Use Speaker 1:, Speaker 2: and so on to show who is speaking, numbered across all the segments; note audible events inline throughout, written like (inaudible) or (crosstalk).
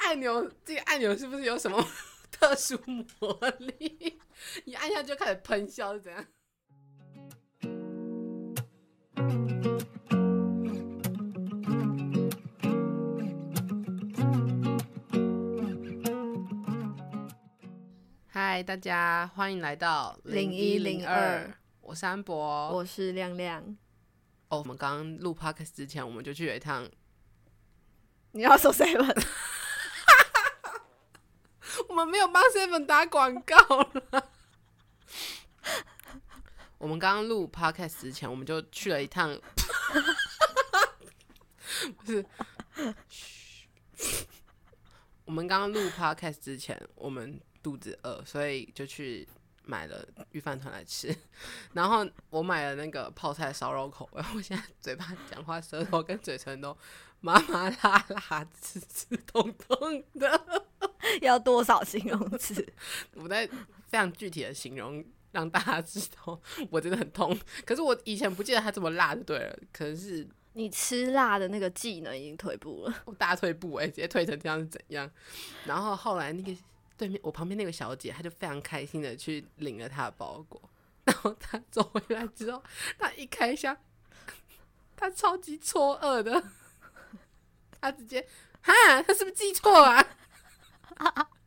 Speaker 1: 按钮，这个按钮是不是有什么 (laughs) 特殊魔力？你按下去就开始喷笑是怎样？嗨，大家欢迎来到
Speaker 2: 0102，
Speaker 1: 我是安博，
Speaker 2: 我是亮亮，
Speaker 1: 哦，我们刚刚录 podcast 之前，我们就去了一趟，
Speaker 2: 你要说 seven？ (laughs)
Speaker 1: 我们没有帮 seven 打广告了。我们刚刚录 podcast 之前，我们就去了一 (laughs) 趟，不是，嘘我们刚刚录 podcast 之前，我们肚子饿，所以就去买了御饭团来吃。然后我买了那个泡菜烧肉口味，我现在嘴巴讲话、舌头跟嘴唇都麻麻辣辣、刺刺痛痛的。
Speaker 2: 要多少形容词？
Speaker 1: 我在非常具体的形容让大家知道，我真的很痛。可是我以前不记得它这么辣，就对了，可能是
Speaker 2: 你吃辣的那个技能已经退步了。
Speaker 1: 我大退步哎、直接退成这样是怎样？然后后来那个对面我旁边那个小姐，她就非常开心的去领了她的包裹，然后她走回来之后，她一开箱，她超级错愕的，她直接哈，她是不是记错啊？ (laughs)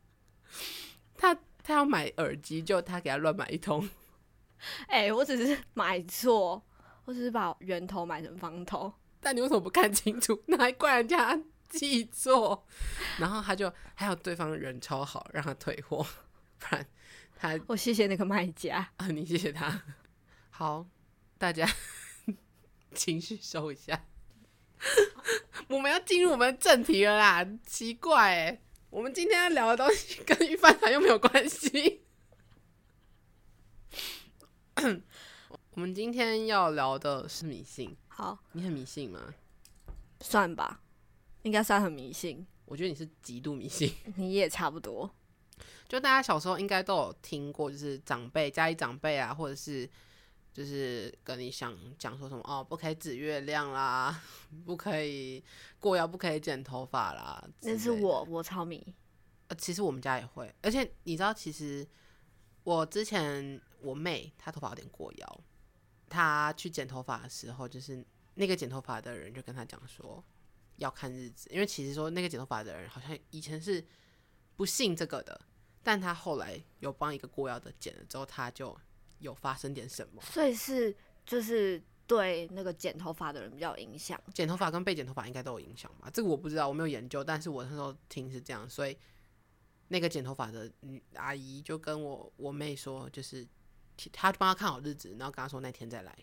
Speaker 1: 她她要买耳机，就她给她乱买一通。
Speaker 2: (laughs) 哎、我只是买错，我只是把圆头买成方头。
Speaker 1: 但你为什么不看清楚？ (laughs) 那还怪人家记错？然后他就还有对方人超好，让他退货， (laughs) 不然他
Speaker 2: 我谢谢那个卖家。
Speaker 1: 啊，你谢谢他。好，大家 (laughs) 情绪收一下，我们要进入我们的正题了啦。奇怪、欸，我们今天要聊的东西跟御饭团又没有关系。 (coughs) 我们今天要聊的是迷信，
Speaker 2: 好，
Speaker 1: 你很迷信吗？
Speaker 2: 算吧，应该算很迷信，
Speaker 1: 我觉得你是极度迷信。 (laughs)
Speaker 2: 你也差不多。
Speaker 1: 就大家小时候应该都有听过，就是长辈家里长辈啊，或者是就是跟你想讲说什么哦，不可以指月亮啦， (laughs) 不可以过腰，不可以剪头发啦。
Speaker 2: 那
Speaker 1: 之
Speaker 2: 是
Speaker 1: 类的、
Speaker 2: 我，我超迷。
Speaker 1: 呃其实我们家也会，而且你知道，其实我之前我妹她头发有点过腰，她去剪头发的时候，就是那个剪头发的人就跟她讲说要看日子，因为其实说那个剪头发的人好像以前是不信这个的，但她后来有帮一个过腰的剪了之后，她就有发生点什么。
Speaker 2: 所以是就是对那个剪头发的人比较有影响。
Speaker 1: 剪头发跟被剪头发应该都有影响吧？这个我不知道，我没有研究，但是我那时候听是这样，所以那个剪头发的女阿姨就跟我我妹说，就是其她帮她看好日子，然后跟她说那天再来。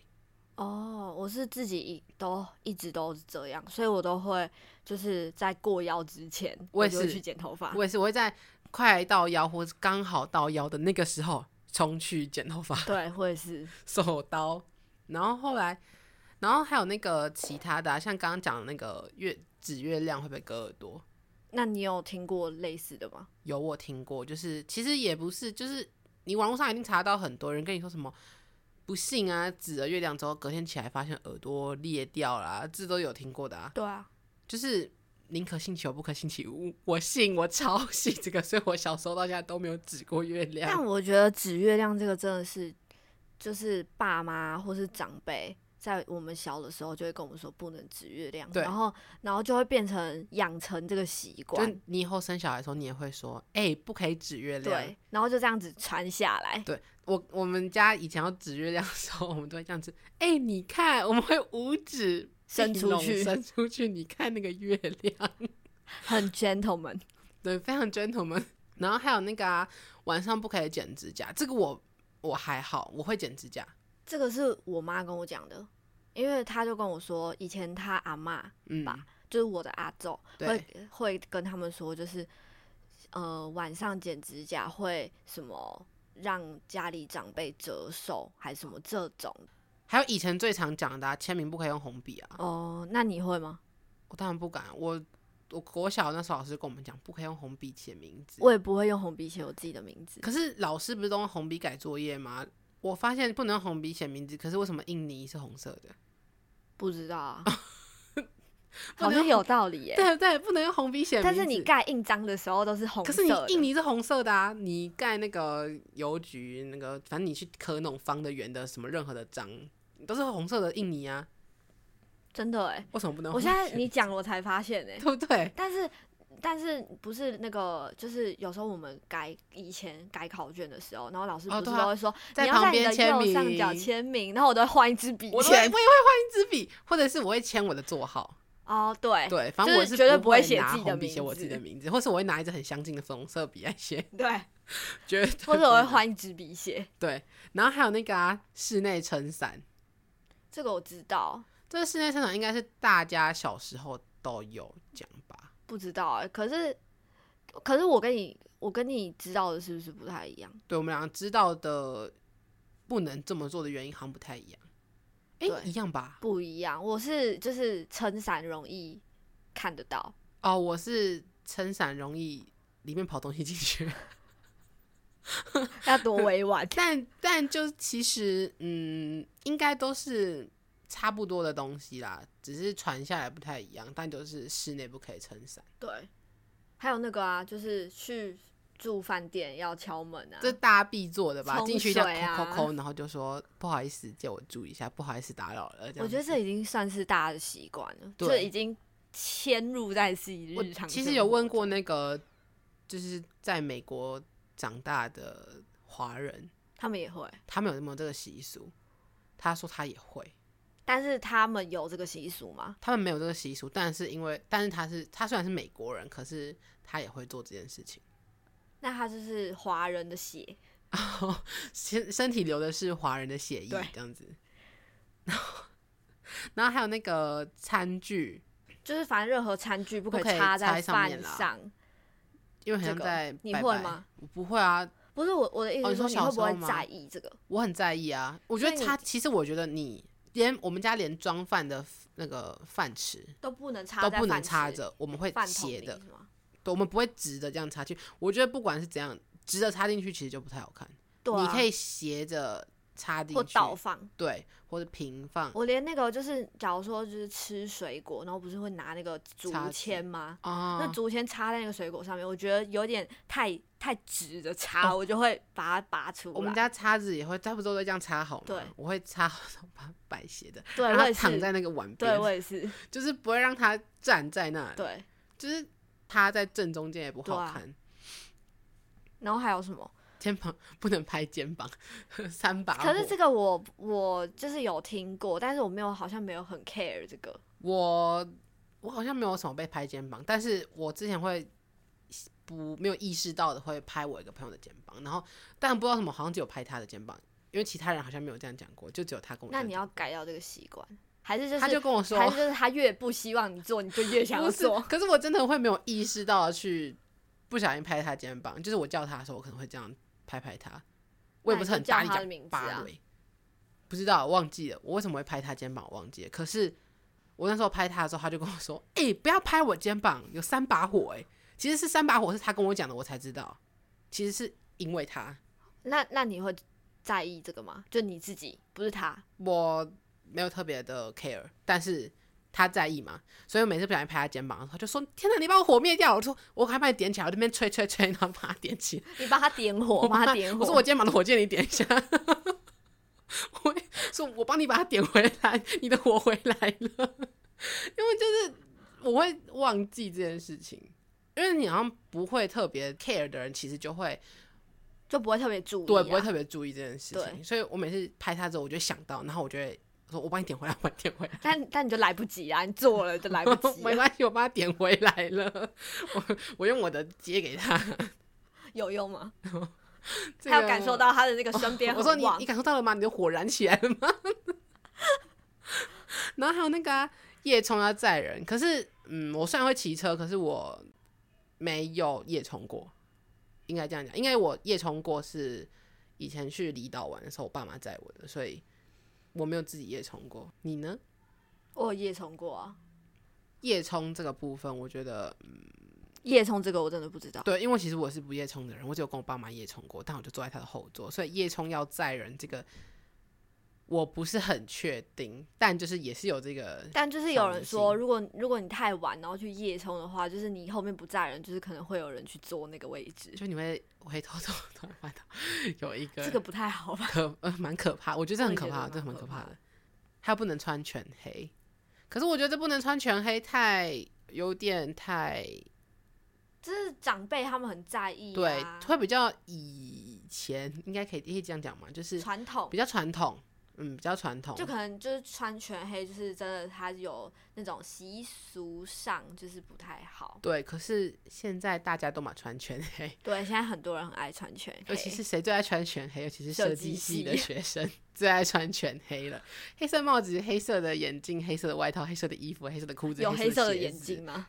Speaker 2: 哦，我是自己一都一直都是这样，所以我都会就是在过腰之前，
Speaker 1: 我
Speaker 2: 我
Speaker 1: 也
Speaker 2: 就会
Speaker 1: 是
Speaker 2: 去剪头发。
Speaker 1: 我也是，我会在快到腰或是刚好到腰的那个时候冲去剪头发，
Speaker 2: 对，会是
Speaker 1: 手刀。然后后来，然后还有那个其他的啊、像刚刚讲的那个月指月亮会不会割耳朵？
Speaker 2: 那你有听过类似的吗？
Speaker 1: 有我听过，就是其实也不是，就是你网络上一定查到很多人跟你说什么不信啊，指了月亮之后隔天起来发现耳朵裂掉啦，这都有听过的啊。
Speaker 2: 对啊，
Speaker 1: 就是宁可信其有，不可信其无。我信，我超信这个，所以我小时候到现在都没有指过月
Speaker 2: 但
Speaker 1: 亮。
Speaker 2: 我觉得指月亮这个真的是，就是爸妈或是长辈在我们小的时候就会跟我们说不能指月亮，
Speaker 1: 对
Speaker 2: 然后然后就会变成养成这个习
Speaker 1: 就
Speaker 2: 惯，
Speaker 1: 你以后生小孩的时候，你也会说，哎、不可以指月亮。
Speaker 2: 对，然后就这样子传下来。
Speaker 1: 对我我们家以前要指月亮的时候，我们都会这样子，哎、你看，我们会五指
Speaker 2: 伸
Speaker 1: 并
Speaker 2: 出
Speaker 1: 拢
Speaker 2: 去
Speaker 1: 伸出去，你看那个月亮。
Speaker 2: 很
Speaker 1: (laughs)
Speaker 2: gentleman，
Speaker 1: 对，非常 gentleman。然 (laughs) 后还有那个啊、晚上不可以剪指甲，这个我我还好，我会剪指甲。
Speaker 2: 这个是我妈跟我讲的，因为她就跟我说，以前她阿嬷
Speaker 1: 嗯，
Speaker 2: 吧就是我的阿昼
Speaker 1: 对
Speaker 2: 会会跟他们说，就是呃晚上剪指甲会什么让家里长辈折寿，还是什么这种
Speaker 1: 还有以前最常讲的、啊、签名不可以用红笔啊，
Speaker 2: 哦？那你会吗？
Speaker 1: 我当然不敢。我我国小那时候老师跟我们讲，不可以用红笔写名字。
Speaker 2: 我也不会用红笔写我自己的名字，
Speaker 1: 可是老师不是都用红笔改作业吗？我发现不能 (laughs) 用红笔写名字，可是为什么印尼是红色的？
Speaker 2: 不知道啊。好像有道理耶、
Speaker 1: 对对，不能用红笔写名字。
Speaker 2: 但是你盖印章的时候都是红
Speaker 1: 可
Speaker 2: 色
Speaker 1: 是你
Speaker 2: 的，
Speaker 1: 印泥是红色的啊，你盖那个邮局那个，反正你去刻那种方的、圆的，什么任何的章，都是红色的印泥啊，
Speaker 2: 真的哎、
Speaker 1: 为什么不能
Speaker 2: 我
Speaker 1: 红
Speaker 2: 现
Speaker 1: 色
Speaker 2: 在
Speaker 1: 的？
Speaker 2: 你讲了我才发现哎、
Speaker 1: (laughs) 对不对？
Speaker 2: 但是但是不是那个，就是有时候我们改以前改考卷的时候，然后老师
Speaker 1: 哦
Speaker 2: 不是
Speaker 1: 对啊
Speaker 2: 都会说、
Speaker 1: 在
Speaker 2: 你要
Speaker 1: 旁
Speaker 2: 在你
Speaker 1: 边
Speaker 2: 的
Speaker 1: 签
Speaker 2: 右上角
Speaker 1: 名
Speaker 2: 签名，然后我都会换一支笔
Speaker 1: 我都会我也
Speaker 2: 签
Speaker 1: 会换一支笔，或者是我会签我的座号，
Speaker 2: 哦，对
Speaker 1: 对，反正
Speaker 2: 就
Speaker 1: 我
Speaker 2: 是
Speaker 1: 是
Speaker 2: 绝对
Speaker 1: 不
Speaker 2: 不
Speaker 1: 会
Speaker 2: 会写
Speaker 1: 拿
Speaker 2: 自己的
Speaker 1: 红笔
Speaker 2: 名
Speaker 1: 写我自己的
Speaker 2: 字
Speaker 1: 名字，或是我会拿一支很相近的粉红色笔来写，
Speaker 2: 对，
Speaker 1: 绝对
Speaker 2: 或
Speaker 1: 不
Speaker 2: 者我会
Speaker 1: 能
Speaker 2: 换一支笔写，
Speaker 1: 对，然后还有那个啊，室内撑伞，
Speaker 2: 这个我知道。
Speaker 1: 这个室内撑伞应该是大家小时候都有讲吧？
Speaker 2: 不知道哎、可是可是我跟你我跟你知道的是不是不太一样？
Speaker 1: 对我们俩知道的不能这么做的原因好像不太一样，哎、
Speaker 2: 对
Speaker 1: 一样吧？
Speaker 2: 不一样，我是就是撑伞容易看得到，
Speaker 1: 哦，我是撑伞容易里面跑东西进去，。
Speaker 2: 要多委婉
Speaker 1: (laughs) 但但就其实嗯，应该都是差不多的东西啦，只是传下来不太一样，但就是室内不可以撑伞，
Speaker 2: 对，还有那个啊，就是去住饭店要敲门啊，
Speaker 1: 这大家必做的吧？
Speaker 2: 冲
Speaker 1: 进去要
Speaker 2: 水啊
Speaker 1: 扣扣扣，然后就说不好意思，借我住一下，不好意思打扰了。这样
Speaker 2: 我觉得这已经算是大家的习惯了，
Speaker 1: 对
Speaker 2: 这已经嵌入在自己
Speaker 1: 我
Speaker 2: 日常。
Speaker 1: 其实有问，过那个，就是在美国长大的华人，
Speaker 2: 他们也会，
Speaker 1: 他们有没有这个习俗？他说他也会，
Speaker 2: 但是他们有这个习俗吗？
Speaker 1: 他们没有这个习俗，但是因为，但是他是他虽然是美国人，可是他也会做这件事情。
Speaker 2: 那他就是华人的血，
Speaker 1: 身身体流的是华人的血液
Speaker 2: 对，
Speaker 1: 这样子。然后，然后还有那个餐具，
Speaker 2: 就是反正任何餐具不可以
Speaker 1: 不可以
Speaker 2: 插在
Speaker 1: 插上面
Speaker 2: 饭
Speaker 1: 啦
Speaker 2: 上。
Speaker 1: 因为好
Speaker 2: 这
Speaker 1: 像
Speaker 2: 个
Speaker 1: 在
Speaker 2: 你
Speaker 1: 拜
Speaker 2: 会
Speaker 1: 拜
Speaker 2: 吗？
Speaker 1: 我不会啊，
Speaker 2: 不是我我的意
Speaker 1: 哦
Speaker 2: 思
Speaker 1: 你说
Speaker 2: 是说你
Speaker 1: 小
Speaker 2: 会
Speaker 1: 时
Speaker 2: 不
Speaker 1: 候
Speaker 2: 会
Speaker 1: 吗
Speaker 2: 在意这个？
Speaker 1: 我很在意啊。我觉
Speaker 2: 所
Speaker 1: 得
Speaker 2: 以你
Speaker 1: 他，其实我觉得你连我们家连装饭的那个饭匙
Speaker 2: 都不能插
Speaker 1: 都
Speaker 2: 在
Speaker 1: 不
Speaker 2: 饭
Speaker 1: 能插
Speaker 2: 匙
Speaker 1: 着，我们会
Speaker 2: 饭桶
Speaker 1: 斜
Speaker 2: 里
Speaker 1: 的，
Speaker 2: 是吗？
Speaker 1: 对，我们不会直的这样插进去。我觉得不管是怎样，直的插进去其实就不太好看。
Speaker 2: 对、啊，
Speaker 1: 你可以斜着插进
Speaker 2: 或
Speaker 1: 去，
Speaker 2: 倒放。
Speaker 1: 对，或者平放。
Speaker 2: 我连那个就是，假如说就是吃水果，然后不是会拿那个竹
Speaker 1: 叉子
Speaker 2: 签吗？那
Speaker 1: 啊，
Speaker 2: 竹签插在那个水果上面，我觉得有点太太直的插，我就会把它拔出来。
Speaker 1: 哦我们家叉子也会，它不都会这样插好吗？
Speaker 2: 对
Speaker 1: 我会插 (laughs) 好，把它摆斜的，
Speaker 2: 对
Speaker 1: 让
Speaker 2: 我
Speaker 1: 它
Speaker 2: 也
Speaker 1: 躺
Speaker 2: 是，
Speaker 1: 在那个碗
Speaker 2: 对
Speaker 1: 边，
Speaker 2: 我也是，
Speaker 1: 就是不会让它站在那里，
Speaker 2: 对。
Speaker 1: 就是它在正中间也不
Speaker 2: 对
Speaker 1: 好
Speaker 2: 啊
Speaker 1: 看。
Speaker 2: 然后还有什么？
Speaker 1: 肩膀不能拍肩膀， (laughs) 三把火。
Speaker 2: 可是这个我我就是有听过，但是我没有好像没有很 care 这个。
Speaker 1: 我我好像没有什么被拍肩膀，但是我之前会不没有意识到的会拍我一个朋友的肩膀，然后但不知道为什么，好像只有拍他的肩膀，因为其他人好像没有这样讲过，就只有他跟我这
Speaker 2: 那
Speaker 1: 样
Speaker 2: 你
Speaker 1: 讲。
Speaker 2: 要改掉这个习惯，还是就是
Speaker 1: 他就跟我说
Speaker 2: 还是就是他越不希望你做，你就越想要
Speaker 1: 不是
Speaker 2: 做，。
Speaker 1: 可是我真的会没有意识到去不小心拍他肩膀，就是我叫他的时候，我可能会这样拍拍他，我也不是很大力
Speaker 2: 那你就叫他
Speaker 1: 讲
Speaker 2: 的名字
Speaker 1: 芭
Speaker 2: 啊
Speaker 1: 蕾，不知道忘记了，我为什么会拍他肩膀，我忘记了。可是我那时候拍他的时候，他就跟我说：“哎、不要拍我肩膀，有三把火、欸。”哎，其实是三把火是他跟我讲的，我才知道，其实是因为他，
Speaker 2: 那那你会在意这个吗？就你自己，不是他。
Speaker 1: 我没有特别的 care，但是。他在意嘛，所以我每次不小心拍他肩膀的时候，他就说：“天哪，你把我火灭掉了！”我说：“我还把你点起来，我这边吹吹吹，然后把它点起来。”
Speaker 2: (laughs) 你帮他点火，帮他点火。
Speaker 1: (laughs) 我说我肩膀的火箭你点一下，我会说我帮你把它点回来，你的火回来了，因为就是我会忘记这件事情，因为你好像不会特别 care 的人，其实就会
Speaker 2: 就不会特别注意、啊，
Speaker 1: 对不会特别注意这件事情，
Speaker 2: 对
Speaker 1: 所以我每次拍他之后，我就会想到，然后我就会说我帮你点回来，我帮你点回来。
Speaker 2: 但但你就来不及啊，你做了就来不
Speaker 1: (laughs)
Speaker 2: 及
Speaker 1: 没
Speaker 2: 啊，
Speaker 1: 关系，我帮他点回来了。 (laughs) 我我用我的接给他，
Speaker 2: (laughs) 有用吗？
Speaker 1: 这
Speaker 2: 他有
Speaker 1: 个
Speaker 2: 感受到他的那个身
Speaker 1: (laughs)
Speaker 2: 边
Speaker 1: 我
Speaker 2: 很
Speaker 1: 说你
Speaker 2: 旺
Speaker 1: 你感受到了吗？你的火燃起来了吗？ (laughs) 然后还有那个啊、夜冲要载人，可是嗯，我虽然会骑车，可是我没有夜冲过，应该这样讲，因为我夜冲过是以前去离岛玩的时候，我爸妈载我的，所以我没有自己夜冲过。你呢？
Speaker 2: 我有夜冲过啊，
Speaker 1: 夜冲这个部分，我觉得
Speaker 2: 夜冲这个我真的不知道。
Speaker 1: 对，因为其实我是不夜冲的人，我只有跟我爸妈夜冲过，但我就坐在他的后座，所以夜冲要载人这个我不是很确定，但就是也是有这个
Speaker 2: 但就是
Speaker 1: 小
Speaker 2: 有
Speaker 1: 明
Speaker 2: 人
Speaker 1: 星
Speaker 2: 说，如果如果你太晚然后去夜冲的话，就是你后面不在人，就是可能会有人去坐那个位置，
Speaker 1: 就你会回头突突然发到有一个
Speaker 2: 这个不太好吧？
Speaker 1: 可呃蛮可怕，我觉得这
Speaker 2: 我
Speaker 1: 很
Speaker 2: 也
Speaker 1: 可
Speaker 2: 觉得
Speaker 1: 怕，这
Speaker 2: 蛮
Speaker 1: 蛮
Speaker 2: 可
Speaker 1: 可
Speaker 2: 怕
Speaker 1: 怕的
Speaker 2: 的。
Speaker 1: 还有不能穿全黑，可是我觉得这不能穿全黑太有点太
Speaker 2: 就是长辈他们很在意、
Speaker 1: 对
Speaker 2: 啊，，
Speaker 1: 会比较以前应该可以可以这样讲嘛，就是
Speaker 2: 传统
Speaker 1: 比较传统，嗯，比较传统，
Speaker 2: 就可能就是穿全黑，就是真的他有那种习俗上就是不太好。
Speaker 1: 对。可是现在大家都嘛穿全黑，
Speaker 2: 对，现在很多人很爱穿全黑，
Speaker 1: 尤其是谁最爱穿全黑？尤其是
Speaker 2: 设
Speaker 1: 设
Speaker 2: 计
Speaker 1: 计系
Speaker 2: 系
Speaker 1: 的学生最爱穿全黑了。黑色帽子、黑色的眼镜、黑色的外套、黑色的衣服、黑色的裤子、
Speaker 2: 有黑色
Speaker 1: 色
Speaker 2: 的
Speaker 1: 鞋
Speaker 2: 眼
Speaker 1: 子、
Speaker 2: 镜吗？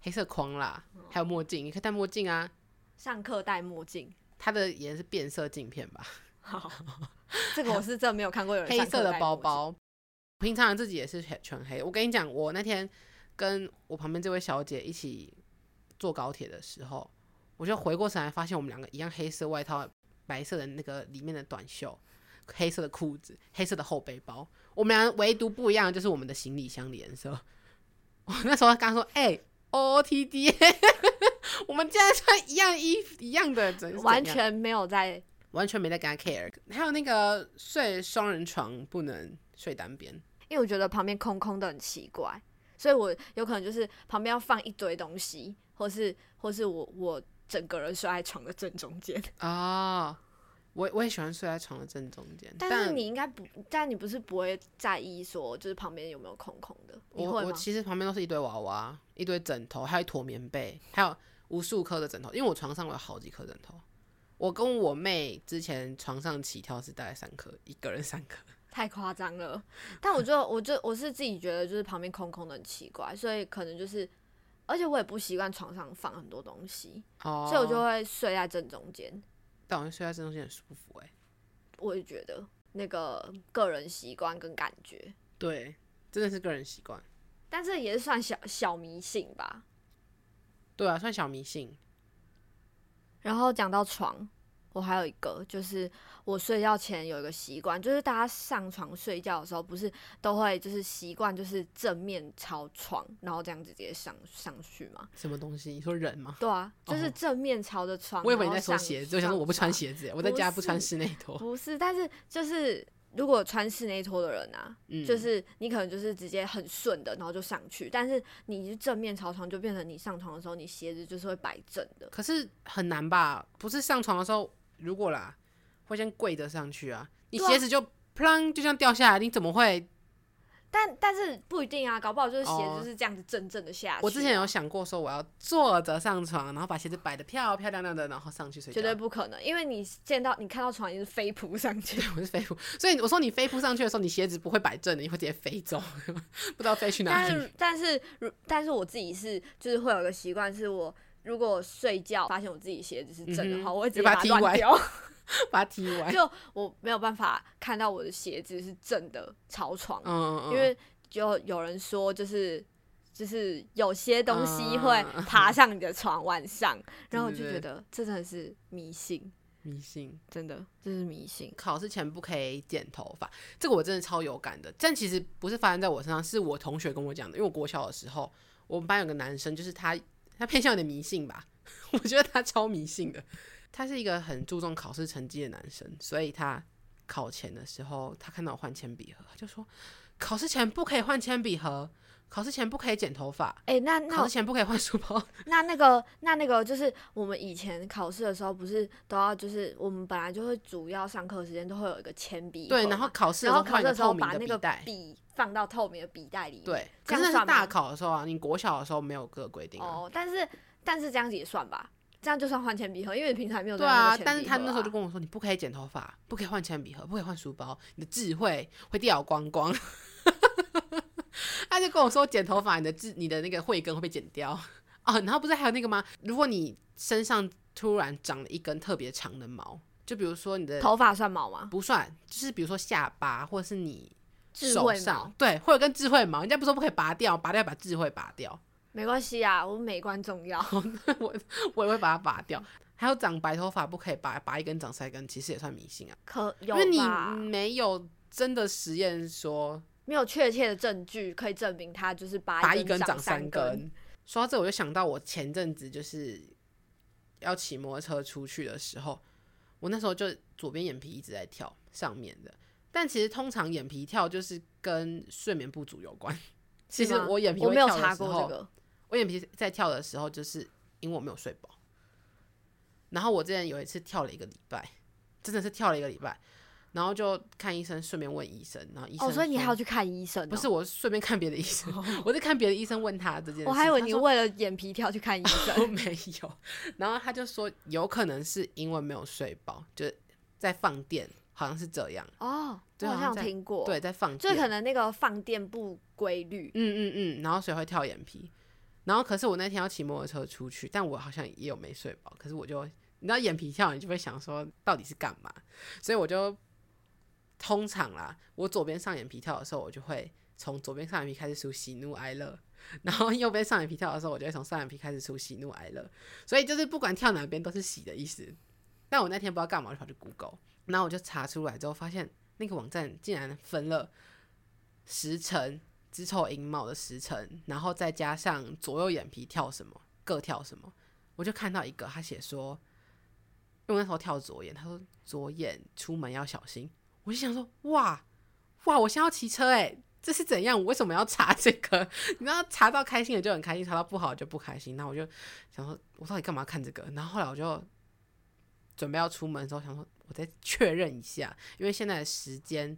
Speaker 1: 黑色框啦，还有墨镜。你可以戴墨镜啊，
Speaker 2: 上课戴墨镜，
Speaker 1: 它的颜是变色镜片吧？
Speaker 2: 好， (laughs) 这个我是真的没有看过有人
Speaker 1: 黑
Speaker 2: 上课
Speaker 1: 色的
Speaker 2: 戴
Speaker 1: 包
Speaker 2: 墨镜，
Speaker 1: 包，平常自己也是全全黑。我跟你讲，我那天跟我旁边这位小姐一起坐高铁的时候，我就回过神来，发现我们两个一样黑色外套、白色的那个里面的短袖、黑色的裤子、黑色的后背包。我们俩唯独不一样，就是我们的行李箱的颜色。我那时候刚说，哎、o t d (laughs) 我们竟然穿一样衣服，一样的，整是怎
Speaker 2: 完
Speaker 1: 样
Speaker 2: 全没有在
Speaker 1: 完全没在跟他 care。还有那个睡双人床不能睡单边，
Speaker 2: 因为我觉得旁边空空的很奇怪，所以我有可能就是旁边要放一堆东西，或是或是我我整个人睡在床的正中
Speaker 1: (laughs)
Speaker 2: 间。
Speaker 1: 哦，我我也喜欢睡在床的正中间，
Speaker 2: 但是你应该不，但你不是不会在意说就是旁边有没有空空的，你
Speaker 1: 我
Speaker 2: 会
Speaker 1: 我
Speaker 2: 吗？
Speaker 1: 其实旁边都是一堆娃娃，一堆枕头，还有一坨棉被，还有无数颗的枕头，因为我床上我有好几颗枕头。我跟我妹之前床上起跳是大概三颗，一个人三颗。
Speaker 2: 太夸张了。但我就我就我是自己觉得就是旁边空空的很奇怪，所以可能就是，而且我也不习惯床上放很多东西，
Speaker 1: 哦，
Speaker 2: 所以我就会睡在正中间。
Speaker 1: 但我觉得睡在正中间很舒服哎、
Speaker 2: 我也觉得那个个人习惯跟感觉，
Speaker 1: 对，真的是个人习惯。
Speaker 2: 但这也是算小小迷信吧。
Speaker 1: 对啊，算小迷信。
Speaker 2: 然后讲到床，我还有一个就是我睡觉前有一个习惯，就是大家上床睡觉的时候，不是都会就是习惯就是正面朝床，然后这样子直接上上去嘛？
Speaker 1: 什么东西？你说人吗？
Speaker 2: 对啊，哦就是
Speaker 1: 哦
Speaker 2: 正面朝着床。
Speaker 1: 我以为
Speaker 2: 然
Speaker 1: 你
Speaker 2: 后
Speaker 1: 在说
Speaker 2: 上
Speaker 1: 鞋子，我想说我不穿
Speaker 2: 上
Speaker 1: 鞋子欸，我在
Speaker 2: 不
Speaker 1: 家不穿
Speaker 2: 是
Speaker 1: 室内拖。
Speaker 2: 床。不是，但是就是如果穿室内拖的人啊，
Speaker 1: 嗯，
Speaker 2: 就是你可能就是直接很顺的，然后就上去，但是你是正面朝床，就变成你上床的时候，你鞋子就是会摆正的。
Speaker 1: 可是很难吧？不是上床的时候，如果啦，会先跪着上去啊，你
Speaker 2: 对啊
Speaker 1: 鞋子就砰就像掉下来，你怎么会？
Speaker 2: 但但是不一定啊，搞不好就是鞋
Speaker 1: 哦
Speaker 2: 子就是这样子正正的下去啊、
Speaker 1: 我之前有想过说我要坐着上床，然后把鞋子摆的漂漂亮亮的，然后上去睡觉 (laughs)
Speaker 2: 绝。对不可能，因为你见到你看到床也是飞扑上去，
Speaker 1: 我是飞扑，所以我说你飞扑上去的时候，你鞋子不会摆正的，你会直接飞走， (laughs) 不知道飞去哪
Speaker 2: 但
Speaker 1: 里。
Speaker 2: 是但是如但是我自己是就是会有个习惯，是我如果睡觉发现我自己鞋子是正的
Speaker 1: 嗯
Speaker 2: 话，
Speaker 1: 哼
Speaker 2: 我会直接
Speaker 1: 就把它
Speaker 2: 它
Speaker 1: 踢
Speaker 2: 乱
Speaker 1: 歪
Speaker 2: 掉，
Speaker 1: 把它踢歪。
Speaker 2: 就我没有办法看到我的鞋子是正的朝床，
Speaker 1: 嗯，嗯
Speaker 2: 因为就有人说就是。就是有些东西会
Speaker 1: 嗯
Speaker 2: 爬上你的床晚上，然后我就
Speaker 1: 对对对
Speaker 2: 觉得这真的是迷信，
Speaker 1: 嗯迷信。
Speaker 2: 真的这是迷信。
Speaker 1: 考试前不可以剪头发，这个我真的超有感的。但其实不是发生在我身上，是我同学跟我讲的。因为我国小的时候，我们班有个男生，就是他，他偏向有点迷信吧， (laughs) 我觉得他超迷信的。他是一个很注重考试成绩的男生，所以他考前的时候，他看到我换铅笔盒，他就说：考试前不可以换铅笔盒，考试前不可以剪头发，
Speaker 2: 哎、那那
Speaker 1: 考试前不可以换书
Speaker 2: (laughs)
Speaker 1: 包。
Speaker 2: 那那个，那那个就是我们以前考试的时候，不是都要就是我们本来就会主要上课时间都会有一个铅笔盒
Speaker 1: 对，
Speaker 2: 嘛
Speaker 1: 然后考试的
Speaker 2: 然
Speaker 1: 时候
Speaker 2: 后考
Speaker 1: 换
Speaker 2: 试
Speaker 1: 一个
Speaker 2: 的时候
Speaker 1: 透明
Speaker 2: 把
Speaker 1: 的
Speaker 2: 那
Speaker 1: 笔
Speaker 2: 个
Speaker 1: 袋，
Speaker 2: 笔放到透明的笔袋里面。
Speaker 1: 对，
Speaker 2: 这
Speaker 1: 可是
Speaker 2: 样
Speaker 1: 那是
Speaker 2: 算吗
Speaker 1: 大考的时候啊，你国小的时候没有这个规定啊。
Speaker 2: 哦，但是但是这样子也算吧，这样就算换铅笔盒，因为你平常没有在
Speaker 1: 对
Speaker 2: 用那
Speaker 1: 啊
Speaker 2: 个，铅
Speaker 1: 但是
Speaker 2: 笔
Speaker 1: 他
Speaker 2: 盒
Speaker 1: 那时候就
Speaker 2: 啊
Speaker 1: 跟我说，你不可以剪头发，不可以换铅笔盒，不可以换书包，你的智慧会掉光光。 (laughs) 他就跟我说，剪头发，你的智，你的那个慧根会被剪掉。哦，然后不是还有那个吗？如果你身上突然长了一根特别长的毛，就比如说你的
Speaker 2: 头发算毛吗？
Speaker 1: 不算，就是比如说下巴或者是你
Speaker 2: 智
Speaker 1: 手
Speaker 2: 慧
Speaker 1: 上
Speaker 2: 毛，
Speaker 1: 对，会有根智慧毛。人家不是说不可以拔掉，拔掉把智慧拔掉。
Speaker 2: 没关系啊，我们美观
Speaker 1: (laughs)
Speaker 2: 重要。
Speaker 1: 我也会把它拔掉。还有长白头发不可以拔，拔一根长三根，其实也算迷信啊，
Speaker 2: 可有
Speaker 1: 因为你
Speaker 2: 吧？
Speaker 1: 没有真的实验说
Speaker 2: 没有确切的证据可以证明它就是拔
Speaker 1: 拔一
Speaker 2: 根
Speaker 1: 根长
Speaker 2: 三
Speaker 1: 三。根。说到这，我就想到我前阵子就是要骑摩托车出去的时候，我那时候就左边眼皮一直在跳上面的，但其实通常眼皮跳就是跟睡眠不足有关。 (laughs) 其实
Speaker 2: 吗
Speaker 1: 我眼皮
Speaker 2: 我
Speaker 1: 会
Speaker 2: 没有
Speaker 1: 跳
Speaker 2: 查
Speaker 1: 的时
Speaker 2: 过
Speaker 1: 候
Speaker 2: 这，个，
Speaker 1: 我眼皮在跳的时候，就是因为我没有睡饱。然后我之前有一次跳了一个礼拜，真的是跳了一个礼拜，然后就看医生，顺便问医生，然后医生
Speaker 2: 哦，所以你
Speaker 1: 说
Speaker 2: 还要去看医生哦、
Speaker 1: 不是我顺便看别的医生， (laughs) 我是看别的医生问他这件事，
Speaker 2: 我还以为
Speaker 1: 他
Speaker 2: 你
Speaker 1: 说
Speaker 2: 为了眼皮跳去看医
Speaker 1: 都 (laughs)
Speaker 2: 生。
Speaker 1: 没有，然后他就说有可能是因为没有睡饱，就是在放电，好像是这样，
Speaker 2: 哦，我
Speaker 1: (laughs) 对
Speaker 2: 好
Speaker 1: 好
Speaker 2: 像
Speaker 1: 像在
Speaker 2: 有听过。
Speaker 1: 对，，在放
Speaker 2: 就
Speaker 1: 电，
Speaker 2: 可能那个放电不规律。
Speaker 1: 嗯嗯嗯，然后所以会跳眼皮。然后可是我那天要骑摩托车出去，但我好像也有没睡饱，可是我就你知道眼皮跳，你就会想说到底是干嘛，所以我就通常啦，我左边上眼皮跳的时候，我就会从左边上眼皮开始数喜怒哀乐，然后右边上眼皮跳的时候，我就会从上眼皮开始数喜怒哀乐，所以就是不管跳哪边都是喜的意思。但我那天不知道干嘛，我就跑去 Google，然后我就查出来之后，发现那个网站竟然分了时辰、子丑寅卯的时辰，然后再加上左右眼皮跳什么，各跳什么，我就看到一个，他写说，因为我那时候跳左眼，他说左眼出门要小心，我就想说，哇哇，我现在要骑车哎、这是怎样？我为什么要查这个？ (laughs) 你知道查到开心的就很开心，查到不好的就不开心。那我就想说，我到底干嘛看这个？然后后来我就准备要出门的时候，想说我再 (laughs) 确认一下，因为现在的时间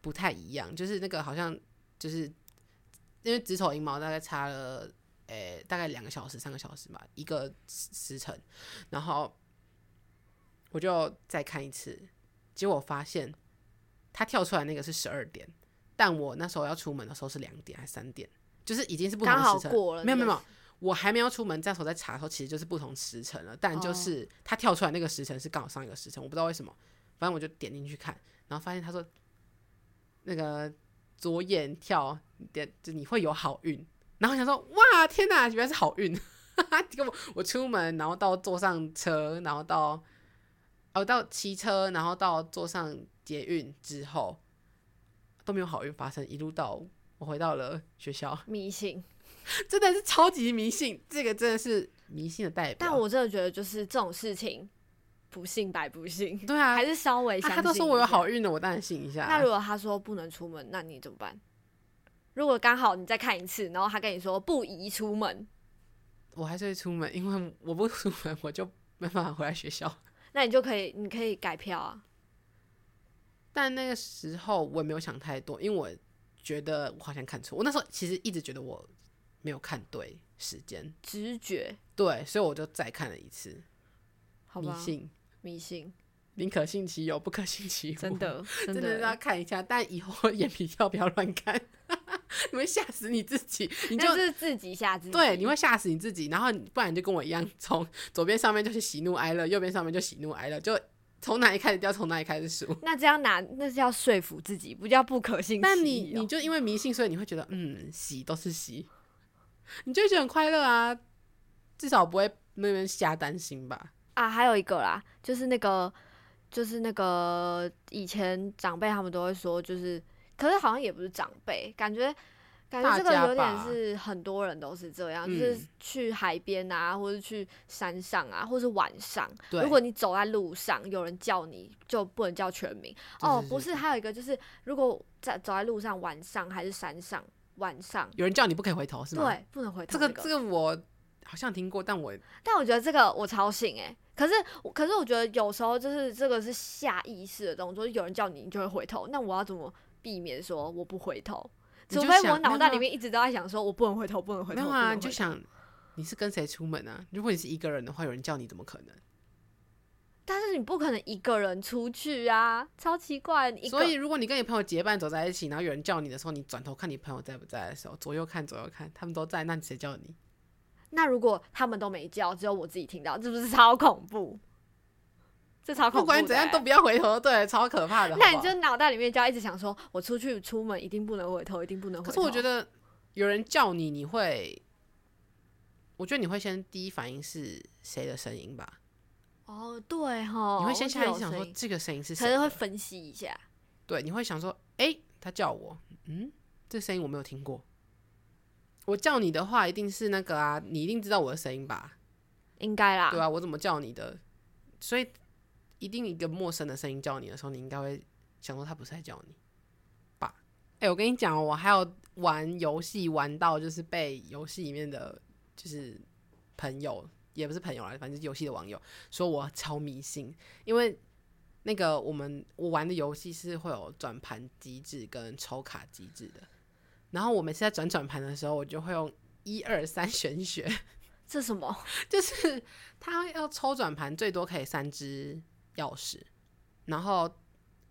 Speaker 1: 不太一样，就是那个好像就是因为子丑寅卯大概差了诶、大概两个小时、三个小时吧，一个时时辰，然后我就再看一次，结果我发现他跳出来那个是十二点，但我那时候要出门的时候是两点还是三点，就是已经是不同
Speaker 2: 刚好
Speaker 1: 的时辰
Speaker 2: 过了
Speaker 1: 没有没
Speaker 2: 那
Speaker 1: 有
Speaker 2: 个
Speaker 1: 没有。我还没有出门，这时候在查的时候，其实就是不同时辰了。但
Speaker 2: 哦
Speaker 1: 就是他跳出来那个时辰是刚好上一个时辰，我不知道为什么。反正我就点进去看，然后发现他说那个左眼跳，点就你会有好运。然后想说，哇，天哪，原来是好运！结果我出门，然后到坐上车，然后到哦到骑车，然后到坐上捷运之后都没有好运发生，一路到我回到了学校，
Speaker 2: 迷信，
Speaker 1: 啊真的是超级迷信，这个真的是迷信的代表。
Speaker 2: 但我真的觉得就是这种事情，不信白不信，
Speaker 1: 对啊，
Speaker 2: 还是稍微
Speaker 1: 啊
Speaker 2: 相信、
Speaker 1: 他都说我有好。运了，我当然信一下啊。
Speaker 2: 那如果他说不能出门，那你怎么办？如果刚好你再看一次，然后他跟你说不宜出门，
Speaker 1: 我还是会出门，因为我不出门我就没办法回来学校。
Speaker 2: 那你就可以，你可以改票啊。
Speaker 1: (laughs) 但那个时候我也没有想太多，因为我觉得我好像看错。我那时候其实一直觉得我没有看对时间，
Speaker 2: 直觉，
Speaker 1: 对，所以我就再看了一次。
Speaker 2: 好
Speaker 1: 迷
Speaker 2: 吧，
Speaker 1: 信，
Speaker 2: 迷信，
Speaker 1: 宁可信其有，不可信其无。
Speaker 2: 真，的，
Speaker 1: (laughs)
Speaker 2: 真
Speaker 1: 真的是要
Speaker 2: 的。
Speaker 1: 看一下，但以后眼皮跳不要乱看， (laughs) 你会吓死你自己。你就
Speaker 2: 那是自己吓自己，
Speaker 1: 对，你会吓死你自己。然后你不然你就跟我一样，从左边上面就是喜怒哀乐，右边上面就喜怒哀乐，就从哪里开始掉，从哪里开始数。 (laughs)
Speaker 2: 那这样拿，那是要说服自己，不叫不可信其意哦。
Speaker 1: 但你你就因为迷信，所以你会觉得嗯，喜都是喜， (laughs) 你就会觉得很快乐啊，至少不会那边瞎担心吧。
Speaker 2: 啊，还有一个啦，就是那个，就是那个以前长辈他们都会说，就是，可是好像也不是长辈，感觉感觉
Speaker 1: 大
Speaker 2: 这个
Speaker 1: 家
Speaker 2: 有点
Speaker 1: 吧
Speaker 2: 是很多人都是这样，就是
Speaker 1: 嗯
Speaker 2: 去海边啊，或者去山上啊，或是晚上，
Speaker 1: 对
Speaker 2: 如果你走在路上，有人叫你就不能叫全名
Speaker 1: 对
Speaker 2: 哦
Speaker 1: 对，
Speaker 2: 不
Speaker 1: 对
Speaker 2: 是，还有一个就是，如果在走在路上，晚上还是山上，晚上。
Speaker 1: 有人叫你不可以回头是吗？，
Speaker 2: 对，不能回头、
Speaker 1: 这
Speaker 2: 那
Speaker 1: 个这个我好像听过，但我
Speaker 2: 但我觉得这个我超信哎、可是我可是我觉得有时候就是这个是下意识的动作，有人叫你你就会回头，那我要怎么避免说我不回头？
Speaker 1: 你
Speaker 2: 除
Speaker 1: 就
Speaker 2: 非我
Speaker 1: 想
Speaker 2: 脑
Speaker 1: 没
Speaker 2: 袋
Speaker 1: 有
Speaker 2: 里
Speaker 1: 啊
Speaker 2: 面一直都在想说我不能回头，不能回
Speaker 1: 没
Speaker 2: 头，
Speaker 1: 有
Speaker 2: 不
Speaker 1: 啊，
Speaker 2: 能
Speaker 1: 你就
Speaker 2: 回头
Speaker 1: 想你是跟谁出门啊？如果你是一个人的话，有人叫你怎么可能？
Speaker 2: 但是你不可能一个人出去啊，超奇怪，你一
Speaker 1: 所
Speaker 2: 个
Speaker 1: 以，如果你跟你朋友结伴走在一起，然后有人叫你的时候，你转头看你朋友在不在的时候，左右看左右看，他们都在，那你谁叫你？
Speaker 2: 那如果他们都没叫，只有我自己听到，这不是超恐怖？这超恐怖、欸，
Speaker 1: 不管怎样都不要回头，对，超可怕的。
Speaker 2: 那
Speaker 1: 好
Speaker 2: 你
Speaker 1: 不好
Speaker 2: 就脑袋里面就要一直想说，我出去出门一定不能回头，一定不能回头。
Speaker 1: 可是我觉得有人叫你，你会，我觉得你会先第一反应是谁的声音吧？
Speaker 2: 哦，对哈，
Speaker 1: 你会
Speaker 2: 我
Speaker 1: 先
Speaker 2: 是
Speaker 1: 下意
Speaker 2: 有
Speaker 1: 识想
Speaker 2: 声
Speaker 1: 说
Speaker 2: 音
Speaker 1: 这个声音是
Speaker 2: 可
Speaker 1: 谁
Speaker 2: 能
Speaker 1: 的？
Speaker 2: 会分析一下，
Speaker 1: 对，你会想说，诶，他叫我，嗯，这声音我没有听过。我叫你的话，一定是那个啊，你一定知道我的声音吧？
Speaker 2: 应该啦。
Speaker 1: 对啊，我怎么叫你的？所以一定一个陌生的声音叫你的时候，你应该会想说他不是在叫你吧？哎、我跟你讲哦，我还有玩游戏玩到就是被游戏里面的就是朋友，也不是朋友啦，反正就是游戏的网友说我超迷信，因为那个我们我玩的游戏是会有转盘机制跟抽卡机制的。然后我每次在转转盘的时候，我就会用一二三玄学，
Speaker 2: 这什么？ (laughs)
Speaker 1: 就是 (laughs) 他要抽转盘，最多可以三只钥匙，然后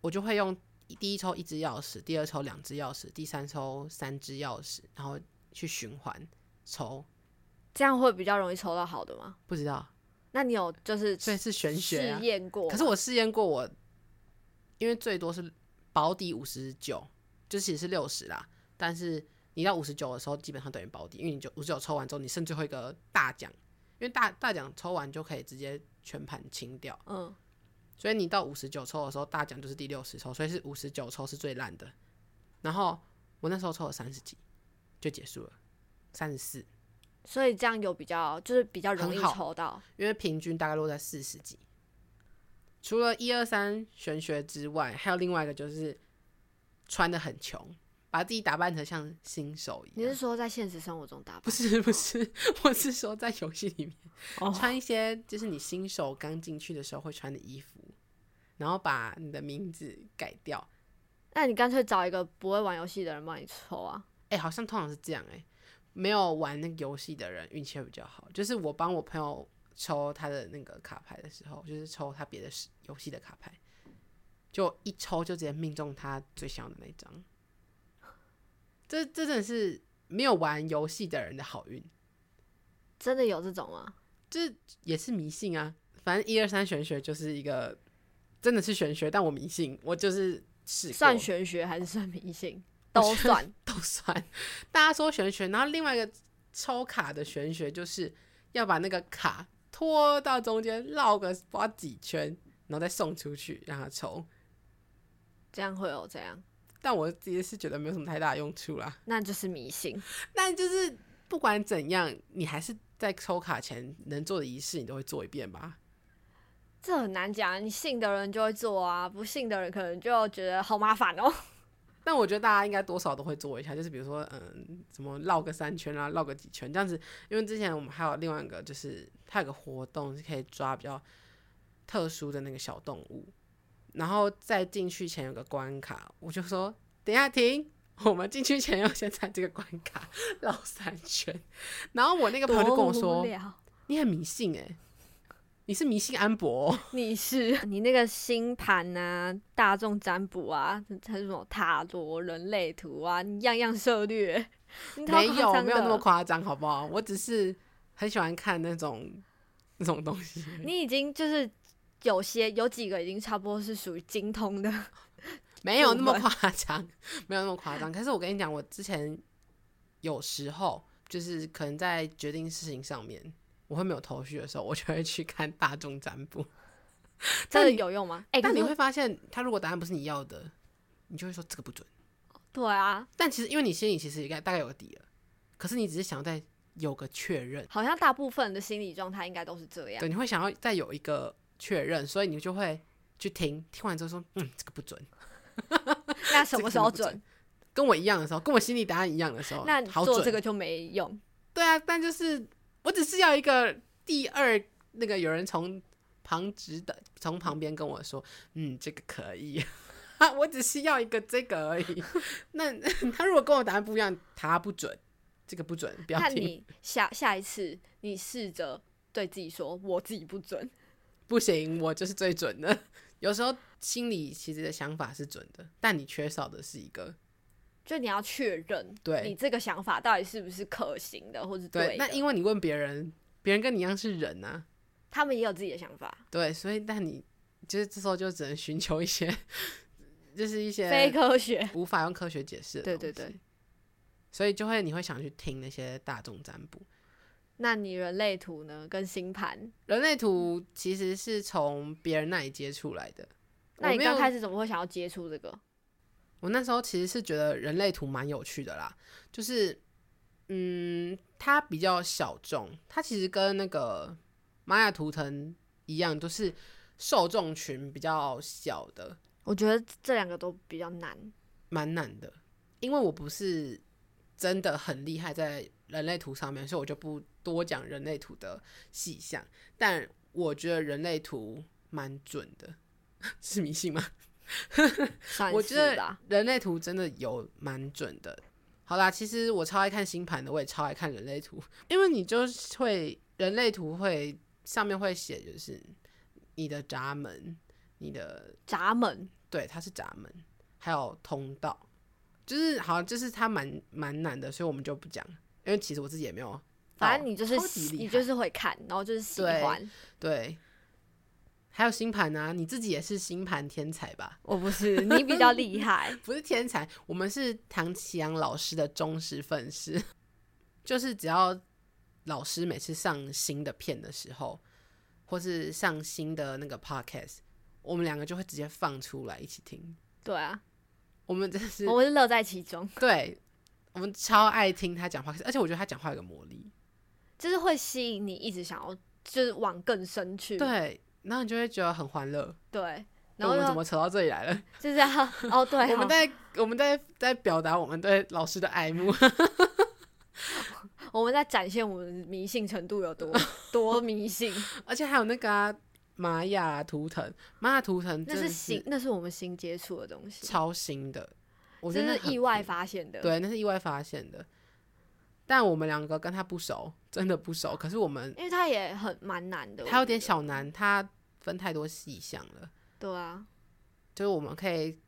Speaker 1: 我就会用第一抽一只钥匙，第二抽两只钥匙，第三抽三只钥匙，然后去循环抽，
Speaker 2: 这样会比较容易抽到好的吗？
Speaker 1: 不知道，
Speaker 2: 那你有就是
Speaker 1: 所以是玄学、啊
Speaker 2: 试。验过吗？
Speaker 1: 可是我试验过我，因为最多是保底五十九，就其实是六十啦，但是你到五十九的时候，基本上等于保底，因为你就五十九抽完之后，你剩最后一个大奖，因为大大奖抽完就可以直接全盘清掉。
Speaker 2: 嗯，
Speaker 1: 所以你到五十九抽的时候，大奖就是第六十抽，所以是五十九抽是最烂的。然后我那时候抽了三十几，就结束了，三十四，
Speaker 2: 所以这样有比较就是比较容易
Speaker 1: 很好
Speaker 2: 抽到。
Speaker 1: 因为平均大概落在四十几。除了一二三玄学之外，还有另外一个就是穿的很穷，把自己打扮成像新手一
Speaker 2: 你是
Speaker 1: 样。
Speaker 2: 说在现实生活中打
Speaker 1: 不
Speaker 2: 扮？
Speaker 1: 是不是，我是说在游戏里面。
Speaker 2: 哦
Speaker 1: 穿一些就是你新手刚进去的时候会穿的衣服，然后把你的名字改掉。
Speaker 2: 那你干脆找一个不会玩游戏的人帮你抽啊。
Speaker 1: 哎、好像通常是这样哎、没有玩那个游戏的人运气会比较好。就是我帮我朋友抽他的那个卡牌的时候，就是抽他别的是游戏的卡牌，就一抽就直接命中他最想要的那一张。这这真的是没有玩游戏的人的好运，
Speaker 2: 真的有这种吗？
Speaker 1: 这也是迷信啊。反正一二三玄学就是一个真的是玄学，但我迷信，我就是试过
Speaker 2: 算玄学还是算迷信？
Speaker 1: 我
Speaker 2: 都
Speaker 1: 觉得
Speaker 2: 算。
Speaker 1: (laughs) 都算。大家说玄学，然后另外一个抽卡的玄学就是要把那个卡拖到中间绕个不知道几圈，然后再送出去让他抽。
Speaker 2: 这样会有这样，
Speaker 1: 但我自己是觉得没有什么太大的用处啦。
Speaker 2: 那就是迷信。
Speaker 1: 但就是不管怎样，你还是在抽卡前能做的仪式，你都会做一遍吧。
Speaker 2: 这很难讲，啊你信的人就会做啊，不信的人可能就觉得好麻烦哦。
Speaker 1: 但我觉得大家应该多少都会做一下，就是比如说，嗯，什么绕个三圈啊，绕个几圈这样子。因为之前我们还有另外一个，就是它有个活动是可以抓比较特殊的那个小动物，然后在进去前有个关卡，我就说等一下停，我们进去前要先在这个关卡绕三圈。然后我那个朋友就跟我
Speaker 2: 多无
Speaker 1: 说
Speaker 2: 聊，：“
Speaker 1: 你很迷信诶、你是迷信安博哦、
Speaker 2: 你是你那个星盘啊、大众占卜啊，还是什么塔罗、人类图啊，你样样涉略。你超
Speaker 1: 没
Speaker 2: 夸
Speaker 1: 有
Speaker 2: 张
Speaker 1: 没有那么
Speaker 2: 的，
Speaker 1: 夸张，好不好？我只是很喜欢看那种那种东
Speaker 2: (laughs)
Speaker 1: 西而已。
Speaker 2: 你已经就是有些有几个已经差不多是属于精通的，
Speaker 1: 没有那么
Speaker 2: 部
Speaker 1: 夸张，没有那么夸张。可是我跟你讲，我之前有时候就是可能在决定事情上面，我会没有头绪的时候，我就会去看大众占卜。
Speaker 2: 真的
Speaker 1: 你
Speaker 2: 有用吗？哎、
Speaker 1: 但
Speaker 2: 可
Speaker 1: 你
Speaker 2: 是
Speaker 1: 会发现，他如果答案不是你要的，你就会说这个不准。
Speaker 2: 对啊，
Speaker 1: 但其实因为你心里其实应该大概有个底了，可是你只是想要再有个确认，
Speaker 2: 好像大部分的心理状态应该都是这样。
Speaker 1: 对，你会想要再有一个确认，所以你就会去听，听完之后说，嗯，这个不准。
Speaker 2: 那什么时候
Speaker 1: 这个真
Speaker 2: 准？
Speaker 1: 跟我一样的时候，跟我心里答案一样的时候，
Speaker 2: 那你
Speaker 1: 哦好
Speaker 2: 做
Speaker 1: 准
Speaker 2: 这个就没用。
Speaker 1: 对啊，但就是我只是要一个第二那个有人从旁指导，从旁边跟我说，嗯，这个可以。 (laughs) 我只是要一个这个而已。 (laughs) 那他如果跟我答案不一样，他不准，这个不准，不要
Speaker 2: 那
Speaker 1: 听，
Speaker 2: 你下下一次，你试着对自己说，我自己不准。
Speaker 1: 不行，我就是最准的。有时候心里其实的想法是准的，但你缺少的是一个
Speaker 2: 就你要确认，
Speaker 1: 对
Speaker 2: 你这个想法到底是不是可行的，或者
Speaker 1: 对。
Speaker 2: 的
Speaker 1: 那因为你问别人，别人跟你一样是人啊，
Speaker 2: 他们也有自己的想法，
Speaker 1: 对，所以但你就是这时候就只能寻求一些， (laughs) 就是一些
Speaker 2: 非科学。
Speaker 1: 无法用科学解释的
Speaker 2: 对
Speaker 1: 东
Speaker 2: 对
Speaker 1: 西
Speaker 2: 对，
Speaker 1: 所以就会你会想去听那些大众占卜。
Speaker 2: 那你人类图呢？跟星盘，
Speaker 1: 人类图其实是从别人那里接触来的，
Speaker 2: 那
Speaker 1: 我
Speaker 2: 你
Speaker 1: 没
Speaker 2: 刚
Speaker 1: 有
Speaker 2: 开始怎么会想要接触这个？
Speaker 1: 我那时候其实是觉得人类图蛮有趣的啦，就是嗯，它比较小众，它其实跟那个玛雅图腾一样，都是受众群比较小的，
Speaker 2: 我觉得这两个都比较难。
Speaker 1: 蛮难的，因为我不是真的很厉害在人类图上面，所以我就不多讲人类图的细项。但我觉得人类图蛮准的， (laughs) 是迷信吗？
Speaker 2: 算
Speaker 1: 我觉
Speaker 2: 是
Speaker 1: 得
Speaker 2: 吧
Speaker 1: 人类图真的有蛮准的。好啦，其实我超爱看星盘的，我也超爱看人类图，因为你就是会人类图会上面会写就是你的闸门，你的
Speaker 2: 闸门
Speaker 1: 对，它是闸门，还有通道，就是好，就是它蛮蛮难的，所以我们就不讲，因为其实我自己也没有到，
Speaker 2: 反正你就是
Speaker 1: 超级
Speaker 2: 喜
Speaker 1: 厉害
Speaker 2: 你就是会看，然后就是喜
Speaker 1: 对
Speaker 2: 欢。
Speaker 1: 对，还有星盘啊，你自己也是星盘天才吧？。
Speaker 2: 我不是，你比较厉害
Speaker 1: (laughs) 不是天才，我们是唐启阳老师的忠实粉丝， (laughs) 就是只要老师每次上新的片的时候，或是上新的那个 podcast，我们两个就会直接放出来一起听。
Speaker 2: 对啊，
Speaker 1: 我们真的是
Speaker 2: 我们是乐在其中，
Speaker 1: 对，我们超爱听他讲话，而且我觉得他讲话有个魔力。
Speaker 2: 就是会吸引你一直想要，就是往更深去。
Speaker 1: 对，然后你就会觉得很欢乐。
Speaker 2: 对，
Speaker 1: 那我
Speaker 2: 然后
Speaker 1: 们怎
Speaker 2: 就
Speaker 1: 么扯到这里来了？
Speaker 2: 就是要哦， (laughs) 对哦，
Speaker 1: 我们在我们在在表达我们对老师的爱慕。 (laughs)
Speaker 2: 我们在展现我们迷信程度有
Speaker 1: (laughs)
Speaker 2: 多多迷信，
Speaker 1: 而且还有那个啊玛、雅图腾，玛雅图腾
Speaker 2: 那
Speaker 1: 真
Speaker 2: 是
Speaker 1: 的
Speaker 2: 新，那是我们新接触的东西，
Speaker 1: 超新的，我觉
Speaker 2: 这
Speaker 1: 得那
Speaker 2: 是
Speaker 1: 很
Speaker 2: 意外发现的。，
Speaker 1: 对，那是意外发现的。但我们两个跟他不熟，真的不熟。可是我们
Speaker 2: 因为它也很蛮难的，
Speaker 1: 他
Speaker 2: 我
Speaker 1: 有
Speaker 2: 觉
Speaker 1: 点
Speaker 2: 得。
Speaker 1: 小难，他分太多细项了。
Speaker 2: 对啊，
Speaker 1: 就是我们可以，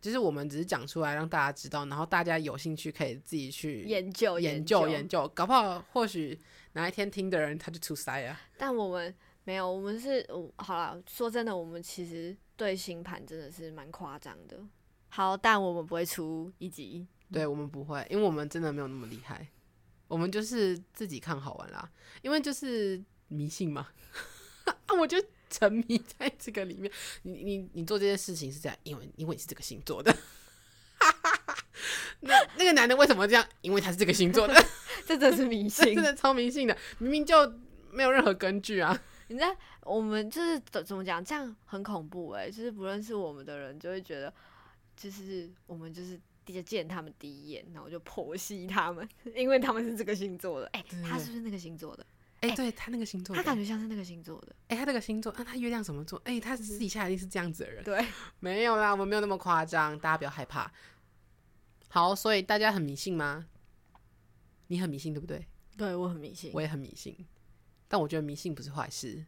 Speaker 1: 就是我们只是讲出来让大家知道，然后大家有兴趣可以自己去
Speaker 2: 研究
Speaker 1: 研
Speaker 2: 究
Speaker 1: 究研究，搞不好或许哪一天听的人他就出塞啊。
Speaker 2: 但我们没有，我们是，我好啦，说真的，我们其实对星盘真的是蛮夸张的。好，但我们不会出一集，
Speaker 1: (laughs) 对我们不会，因为我们真的没有那么厉害，我们就是自己看好玩啦，因为就是迷信嘛， (laughs) 啊，我就沉迷在这个里面。你你你做这件事情是这样，因为因为你是这个星座的。 (laughs) 那那个男的为什么这样？因为他是这个星
Speaker 2: (laughs)
Speaker 1: 座的，
Speaker 2: 这真是
Speaker 1: (laughs)
Speaker 2: 迷信
Speaker 1: 真。的超迷信的，明明就没有任何根据啊。
Speaker 2: 你在我们就是怎怎么讲，这样很恐怖诶、就是不认识我们的人就会觉得，就是我们就是第见他们第一眼，然后就剖析他们， (laughs) 因为他们是这个星座的，哎、
Speaker 1: 对对
Speaker 2: 他
Speaker 1: 对
Speaker 2: 是不是那个星座的？
Speaker 1: 哎、对他那个星座
Speaker 2: 他
Speaker 1: 的，
Speaker 2: 感觉像是那个星座的，
Speaker 1: 哎、他那个星座，啊，他月亮什么座？哎、他私底下一定是这样子的人。
Speaker 2: 嗯对，
Speaker 1: (laughs) 没有啦，我们没有那么夸张，大家不要害怕。好，所以大家很迷信吗？你很迷信对不对？
Speaker 2: 对我很迷信，
Speaker 1: 我也很迷信，但我觉得迷信不是坏事，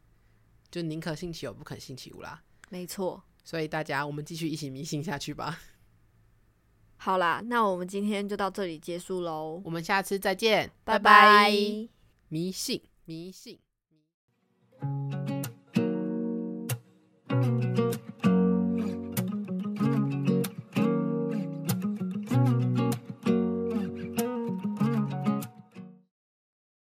Speaker 1: 就宁可信其有，不可信其无啦。
Speaker 2: 没错。
Speaker 1: 所以大家，我们继续一起迷信下去吧。
Speaker 2: 好啦，那我们今天就到这里结束喽，
Speaker 1: 我们下次再见，
Speaker 2: 拜
Speaker 1: 拜
Speaker 2: 拜。。
Speaker 1: 迷信，迷信。